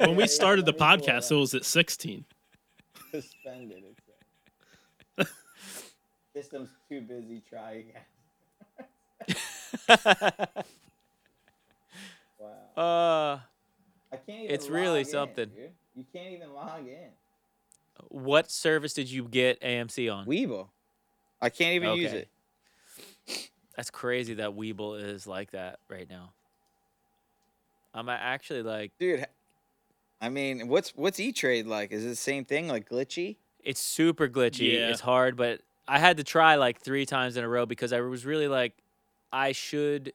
A: when we started the podcast, it was at sixteen.
C: suspended.
B: *laughs*
C: System's too busy trying. wow.
B: *laughs* Uh,
C: I can't
B: even It's really log in, something. dude.
C: You can't even log in.
B: what service did you get AMC on?
C: Weeble. I can't even use
B: Okay.
C: it.
B: That's crazy that Weeble is like that right now. I'm a- actually like
C: Dude, I mean, what's what's E Trade like? Is it the same thing, like glitchy?
B: it's super glitchy.
A: Yeah.
B: It's hard, but I had to try like three times in a row because I was really like, I should,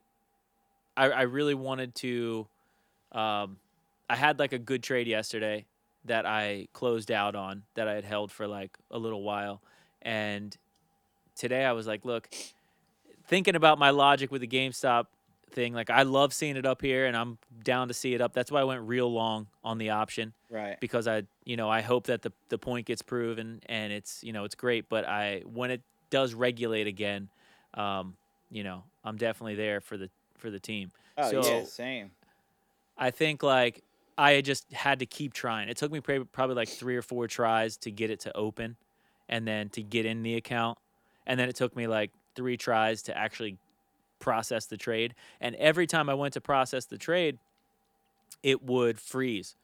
B: I, I really wanted to. Um, I had like a good trade yesterday that I closed out on that I had held for like a little while. And today I was like, look, thinking about my logic with the GameStop thing, like I love seeing it up here and I'm down to see it up. That's why I went real long on the option
C: Right.
B: because I you know I hope that the the point gets proven and it's you know it's great but I when it does regulate again um you know I'm definitely there for the for the team
C: Oh yeah,
B: so-
C: same.
B: I think like I had just had to keep trying it took me pra- probably like 3 or 4 tries to get it to open and then to get in the account and then it took me like 3 tries to actually process the trade and every time I went to process the trade it would freeze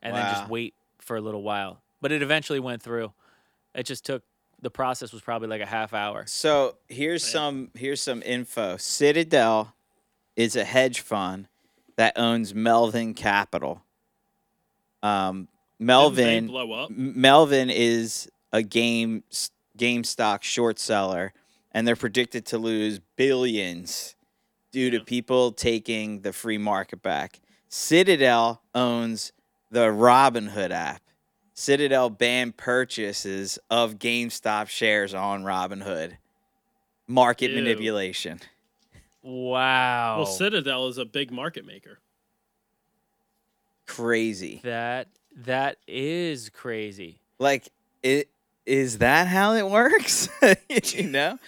B: and then
C: Wow.
B: just wait for a little while. But it eventually went through. It just took the process was probably like a half hour.
C: So here's
A: Yeah.
C: some here's some info. Citadel is a hedge fund that owns Melvin Capital. Um,
A: Didn't they
C: Melvin
A: blow up.
C: M- Melvin is a game s- game stock short seller, and they're predicted to lose billions due to
A: Yeah.
C: people taking the free market back. Citadel owns the Robinhood app. Citadel banned purchases of GameStop shares on Robinhood. Market
A: Ew.
C: manipulation.
B: Wow.
A: Well, Citadel is a big market maker.
C: Crazy.
B: that that is crazy.
C: Like it is that how it works? *laughs* you know?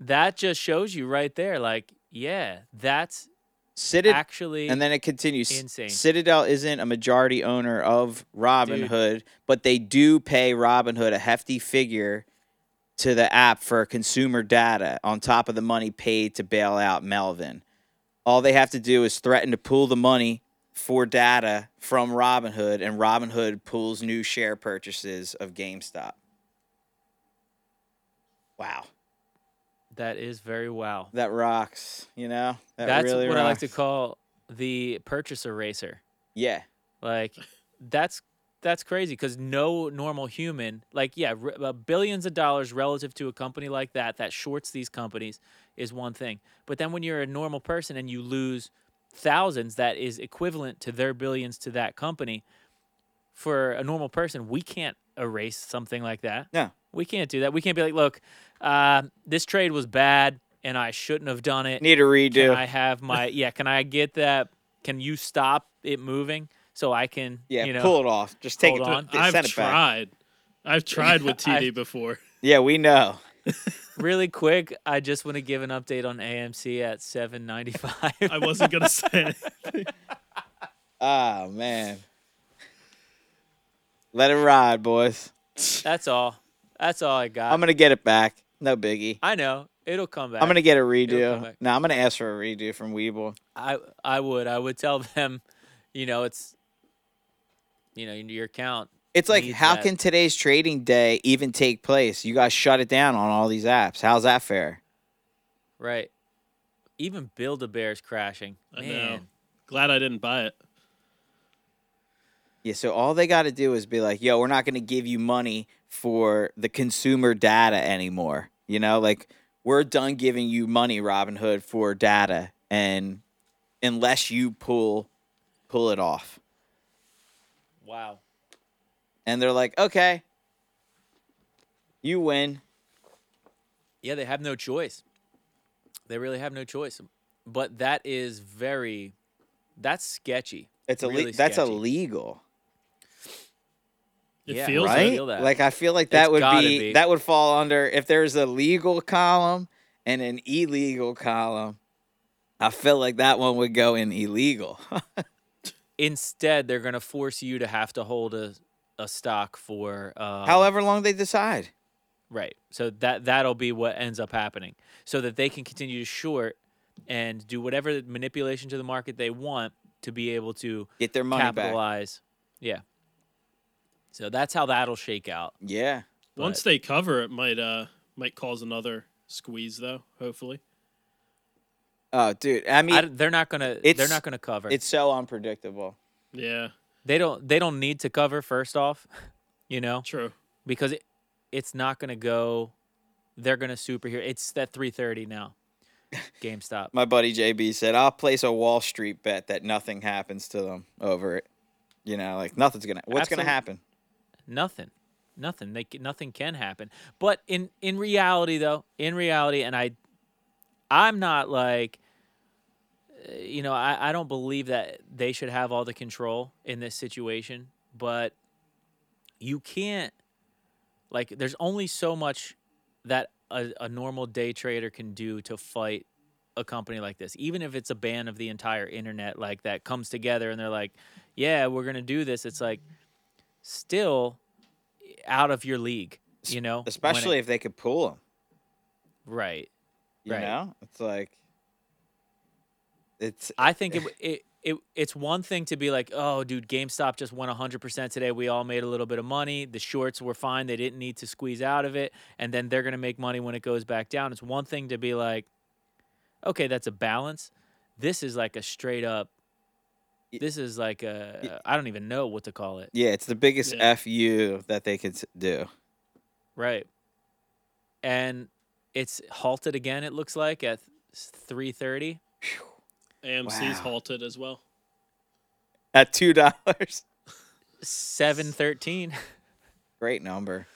B: That just shows you right there like yeah, that's
C: Citadel
B: actually
C: And then it continues. C-
B: Insane.
C: Citadel isn't a majority owner of Robinhood,
B: Dude.
C: but they do pay Robinhood a hefty figure to the app for consumer data on top of the money paid to bail out Melvin. All they have to do is threaten to pool the money for data from Robinhood, and Robinhood pools new share purchases of GameStop. Wow.
B: that is very wow.
C: That rocks, you know? That
B: that's
C: really
B: what I like to
C: rocks.
B: call the purchase eraser.
C: Yeah.
B: Like that's that's crazy because no normal human, like yeah, r- uh, billions of dollars relative to a company like that that shorts these companies is one thing. But then when you're a normal person and you lose thousands, that is equivalent to their billions to that company. For a normal person, we can't erase something like that.
C: No.
B: We can't do that. We can't be like, look, uh, this trade was bad and I shouldn't have done it
C: Need a redo.
B: can I have
C: *laughs*
B: my yeah, can I get that can you stop it moving so I can
C: Yeah,
B: you know
C: pull it off. Just take
B: hold
C: it.
B: on.
C: To,
A: I've
C: send it back.
A: tried. I've tried with TD
B: I-
A: before.
C: Yeah, we know.
B: really quick, I just want to give an update on AMC at 795.
A: I wasn't gonna say it.
C: Oh man. Let it ride, boys.
B: *laughs* That's all. That's all I got.
C: I'm gonna get it back. No biggie.
B: I know it'll come back.
C: I'm gonna get a
B: It'll come
C: redo.
B: back.
C: No, I'm gonna ask for a redo from Weeble.
B: I I would I would tell them, you know, it's, you know, your account.
C: It's like,
B: Needs
C: how
B: that.
C: can today's trading day even take place? You guys shut it down on all these apps. How's that fair?
B: Right. Even Build a Bear's crashing.
A: I
B: Man.
A: know. Glad I didn't buy it.
C: Yeah, so all they got to do is be like, yo, we're not going to give you money for the consumer data anymore. You know, like we're done giving you money, Robinhood, for data, and unless you pull pull it off,
B: Wow.
C: and they're like, okay, you win.
B: Yeah, they have no choice. They really have no choice. But that is very, that's sketchy.
C: It's a
B: Really
C: that's
B: sketchy.
C: illegal,
A: It
B: Yeah,
A: feels
C: right?
A: like
B: feel that.
C: Like I feel like that
B: It's
C: would
B: gotta
C: be,
B: be.
C: that would fall under if there's a legal column and an illegal column. I feel like that one would go in illegal. *laughs*
B: Instead, they're going to force you to have to hold a, a stock for. Um,
C: however long they decide.
B: Right. So that that'll be what ends up happening, so that they can continue to short and do whatever manipulation to the market they want to be able to
C: Get their money back.
B: capitalize. Yeah. So that's how that'll shake out.
C: Yeah.
A: once they cover it might uh might cause another squeeze though, hopefully.
C: Oh, dude. I mean,
B: I d they're not gonna. They're
C: it's-
B: not gonna cover.
C: it's so unpredictable.
A: Yeah,
B: they don't. They don't need to cover. First off, *laughs* you know,
A: true.
B: because it, it's not gonna go. They're gonna superhero. It's that three thirty now. GameStop.
C: My buddy JB said, "I'll place a Wall Street bet that nothing happens to them over it. You know, like nothing's gonna. What's
B: Absolute-
C: gonna happen?
B: nothing nothing they, c- nothing can happen but in in reality though in reality and i i'm not like uh, you know i i don't believe that they should have all the control in this situation but you can't like there's only so much that a, a normal day trader can do to fight a company like this even if it's a ban of the entire internet like that comes together and they're like yeah we're going to do this it's like still out of your league you know when it-
C: Especially if they could pull them.
B: right
C: You
B: Right.
C: know, it's like, it's
B: I think it, w- it it it's one thing to be like, oh, dude, GameStop just won 100% today. We all made a little bit of money. The shorts were fine. They didn't need to squeeze out of it, and then they're gonna make money when it goes back down. It's one thing to be like, okay, that's a balance. This is like a straight up.
C: Y-
B: This is like a I don't even know what to call it.
C: yeah, it's the biggest
A: Yeah.
C: fu that they could s- do.
B: Right. And it's halted again. It looks like at 3:30.
A: AMC's
C: Wow.
A: halted as well.
C: At two dollars, *laughs*
B: 7:13.
C: great number.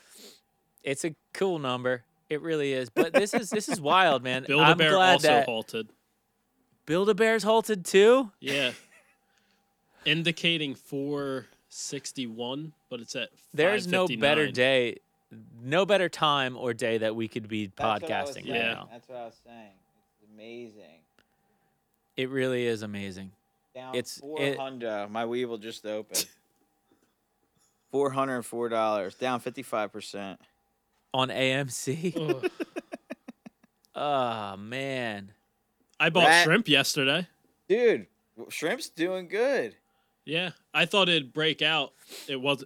B: it's a cool number. It really is. But this is
A: *laughs*
B: this is wild, man.
A: Build a
B: I'm
A: Bear
B: glad
A: also
B: that
A: halted.
B: Build a Bear's halted too. *laughs*
A: Yeah, indicating four sixty one, but it's at
B: There's no better
A: 559.
B: day, no better time or day that we could be podcasting right
A: saying. Yeah.
B: now.
C: that's what I was saying. It's amazing.
B: It really is amazing.
C: Down
B: It's-
C: four
B: it-
C: hundred. My Weevil just opened. *laughs* Four hundred and four dollars, down fifty five percent.
B: On AMC. *laughs*
A: Ugh.
B: oh man.
A: I bought
C: Rat-
A: shrimp yesterday.
C: Dude, w- shrimp's doing good.
A: Yeah, I thought it'd break out. It was.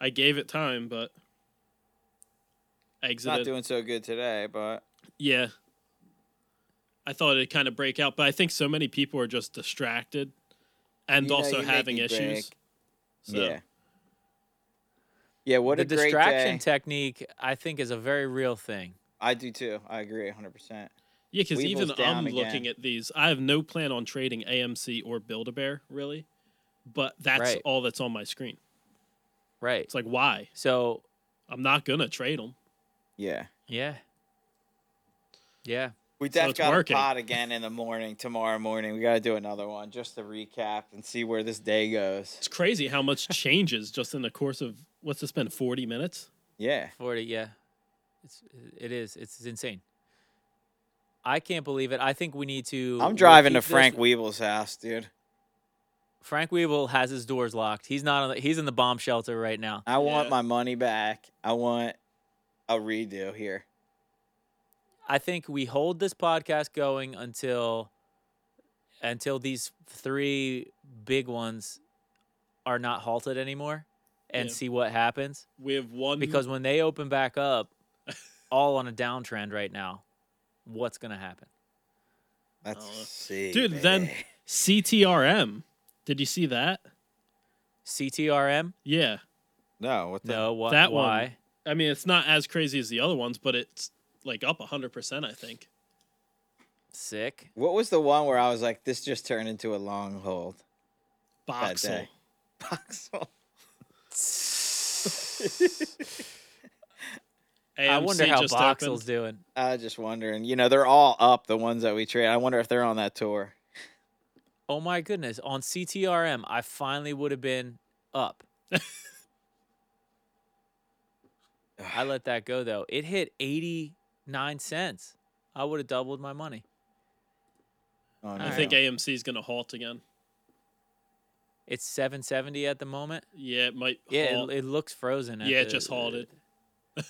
A: I gave it time, but
C: It's not
A: exited.
C: doing so good today, but
A: yeah, I thought it'd kind of break out, but I think so many people are just distracted and
C: You know,
A: also
C: you make
A: having
C: me
A: issues.
C: break.
A: So
C: yeah, yeah. What
B: the
C: a great
B: distraction
C: day.
B: technique I think is a very real thing.
C: I do too. I agree, hundred percent.
A: Yeah, because
C: Weevil's
A: even
C: down
A: I'm
C: again.
A: looking at these. I have no plan on trading AMC or Build a Bear really, but that's
B: Right.
A: all that's on my screen.
B: Right.
A: It's like why
B: So
A: I'm not gonna trade them.
C: Yeah,
B: yeah. Yeah.
C: we
A: So
C: definitely
A: it's
C: got
A: working.
C: a pod again in the morning tomorrow morning. We got to do another one just to recap and see where this day goes.
A: It's crazy how
C: *laughs*
A: much changes just in the course of what's this been 40 minutes.
C: Yeah,
B: Forty, yeah. It's it is. It's insane. I can't believe it. I think we need to.
C: I'm driving
B: we'll
C: to
B: keep
C: Frank
B: This.
C: Weeble's house, dude.
B: Frank Weeble has his doors locked. He's not. On the, he's in the bomb shelter right now.
C: I want
A: Yeah.
C: my money back. I want a redo here.
B: I think we hold this podcast going until until these three big ones are not halted anymore, and
A: Yeah. Mm-hmm.
B: see what happens.
A: We have one
B: Because when they open
A: *laughs*
B: back up, all on a downtrend right now, what's gonna happen?
C: Let's
A: Oh,
C: see.
A: dude.
C: *laughs*
A: Then
C: baby.
A: CTRM. Did you see that?
B: CTRM?
A: Yeah.
C: no, what the
B: No. What?
A: That one.
B: why?
A: I mean, it's not as crazy as the other ones, but it's like up 100%, I think.
B: Sick.
C: What was the one where I was like, this just turned into a long hold?
A: Boxel.
C: day. *laughs*
A: *laughs*
C: Boxel.
B: I
A: AMC
B: wonder how
A: just
B: Boxel's
A: opened.
B: doing.
C: I was just wondering. You know, they're all up, the ones that we trade. I wonder if they're on that tour.
B: Oh my goodness! On CTRM, I finally would have been
A: *laughs*
B: up. I let that go though. It hit eighty nine cents. I would have doubled my money.
C: Oh,
B: I
A: I
C: no.
A: think AMC's going to halt again.
B: It's seven seventy at the moment.
A: Yeah, it might
B: Yeah,
A: halt.
B: it, it looks frozen. at
A: yeah, it
B: the-
A: just
B: *laughs*
A: halted. *laughs*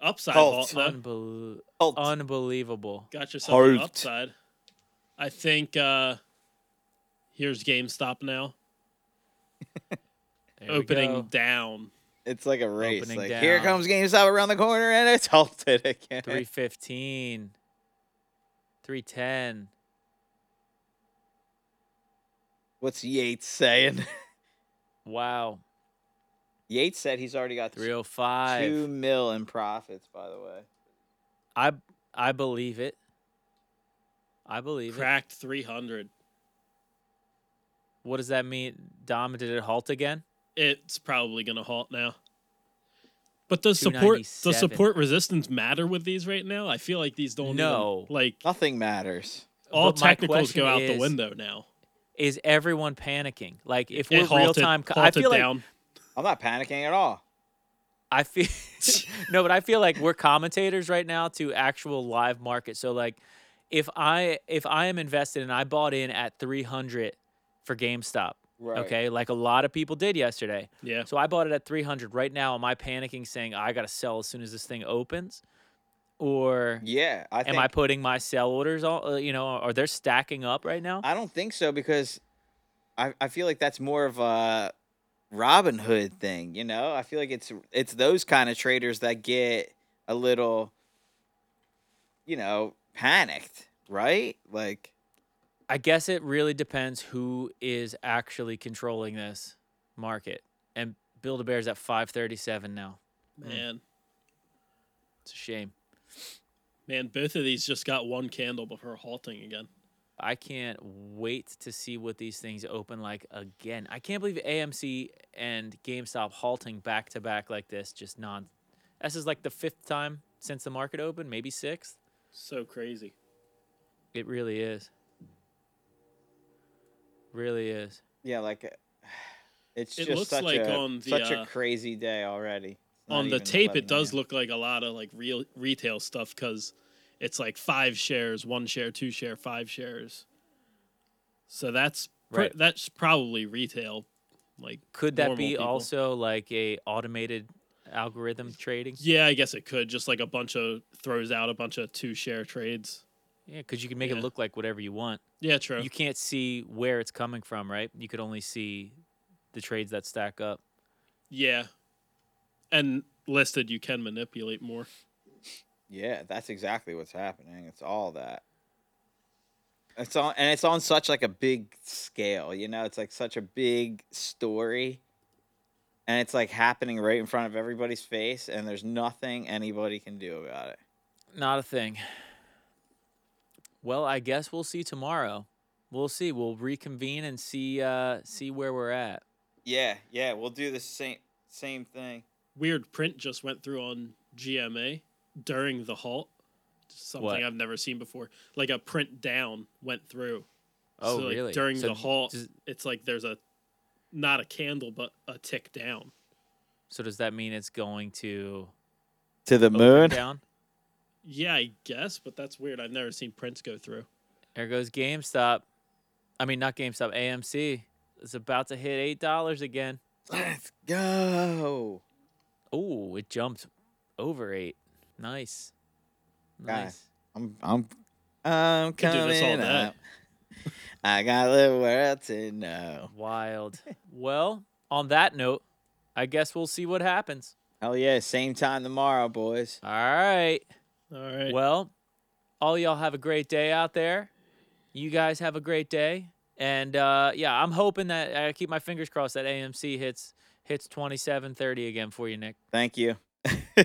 A: upside
C: Halt.
A: halt, though. *laughs*
B: Unbel-
C: Halt.
B: unbelievable.
A: Got yourself an
C: Halt.
A: upside. I think uh here's GameStop now.
B: There we
A: opening
B: go.
A: down.
C: it's like a race.
B: Opening
C: Like, here
B: down.
C: comes GameStop around the corner, and it's halted again.
B: 315 310
C: *laughs* What's Yates saying? *laughs*
B: wow
C: Yates said he's already got
A: oh
C: two
B: 305
C: mil in profits, by the way.
B: i i believe it i believe
A: Cracked 300.
B: it what does that mean dom did it halt again
A: It's probably going to halt now. But does support does
B: 297.
A: support resistance matter with these right now? I feel like these don't
B: No.
A: even, like
C: Nothing matters.
A: all
B: But my
A: technicals
B: question
A: go out the
B: is-
A: window now.
B: is everyone panicking like if
A: It
B: we're
A: halted,
B: real time co- i
A: halted
B: feel like
A: down.
C: I'm not panicking at all.
B: i feel *laughs* no but i feel like we're commentators right now to actual live market so like if i if i am invested and i bought in at 300 for gamestop
C: Right.
B: okay like a lot of people did yesterday
A: yeah.
B: So I bought it at 300. Right now, am I panicking saying I got to sell as soon as this thing opens? Or
C: Yeah, I
B: am
C: think.
B: I putting my sell orders all, uh, you know, are they stacking up right
A: *laughs*
B: now?
C: I don't think so because I I feel like that's more of a Robin Hood thing, you know? I feel like it's it's those kind of traders that get a little you know, panicked, right? Like
B: I guess it really depends who is actually controlling this market. And Build a Bear's at 537 now.
A: Man,
B: It's a shame.
A: man, both of these just got one candle before halting again.
B: I can't wait to see what these things open like again. I can't believe AMC and GameStop halting back to back like this, just non. This is like the fifth time since the market opened, maybe sixth.
A: So crazy.
B: It really is. Really is.
C: yeah, like *sighs* it's
A: It
C: just
A: looks
C: such
A: like
C: a
A: on the,
C: such
A: uh,
C: a crazy day already. It's not
A: On the
C: even
A: tape,
C: 11
A: it does
C: a.m..
A: look like a lot of like real retail stuff because it's like five shares, one share, two share, five shares. So that's pr-
B: Right.
A: that's probably retail. Like,
B: Could that
A: normal
B: be
A: people.
B: also like a automated algorithm trading?
A: Yeah, I guess it could just like a bunch of throws out a bunch of two share trades.
B: Yeah, because you can make
A: Yeah.
B: it look like whatever you want.
A: Yeah, true.
B: You can't see where it's coming from, right? You could only see the trades that stack up.
A: yeah, and listed you can manipulate more.
C: Yeah, that's exactly what's happening. It's all that. It's on and it's on such like a big scale, you know, it's like such a big story. And it's like happening right in front of everybody's face and there's nothing anybody can do about it.
B: Not a thing. Well, I guess we'll see tomorrow. We'll see. We'll reconvene and see uh see where we're at.
C: Yeah, yeah, we'll do the same same thing.
A: weird print just went through on GMA during the halt. Something
B: What?
A: I've never seen before. Like a print down went through.
B: Oh,
A: so like
B: really?
A: During
B: So
A: the halt,
B: does-
A: it's like there's a not a candle, but a tick down.
B: So does that mean it's going to
C: To the
B: open
C: moon?
B: down?
A: Yeah, I guess, but that's weird. I've never seen Prince go through.
B: There goes GameStop. I mean, not GameStop. AMC is about to hit eight dollars again.
C: Let's go.
B: Oh, it jumped over eight. Nice.
C: Guy.
B: Nice.
C: *laughs* I'm I'm I'm
A: Could do this all
C: coming
A: day.
C: up. *laughs* I got the world to know.
B: Wild. well, on that note, I guess we'll see what happens.
C: Hell yeah! Same time tomorrow, boys.
B: All right.
A: All right.
B: Well, all y'all have a great day out there. You guys have a great day. And uh, yeah, I'm hoping that I keep my fingers crossed that AMC hits hits 27:30 again for you, Nick.
C: Thank you. *laughs*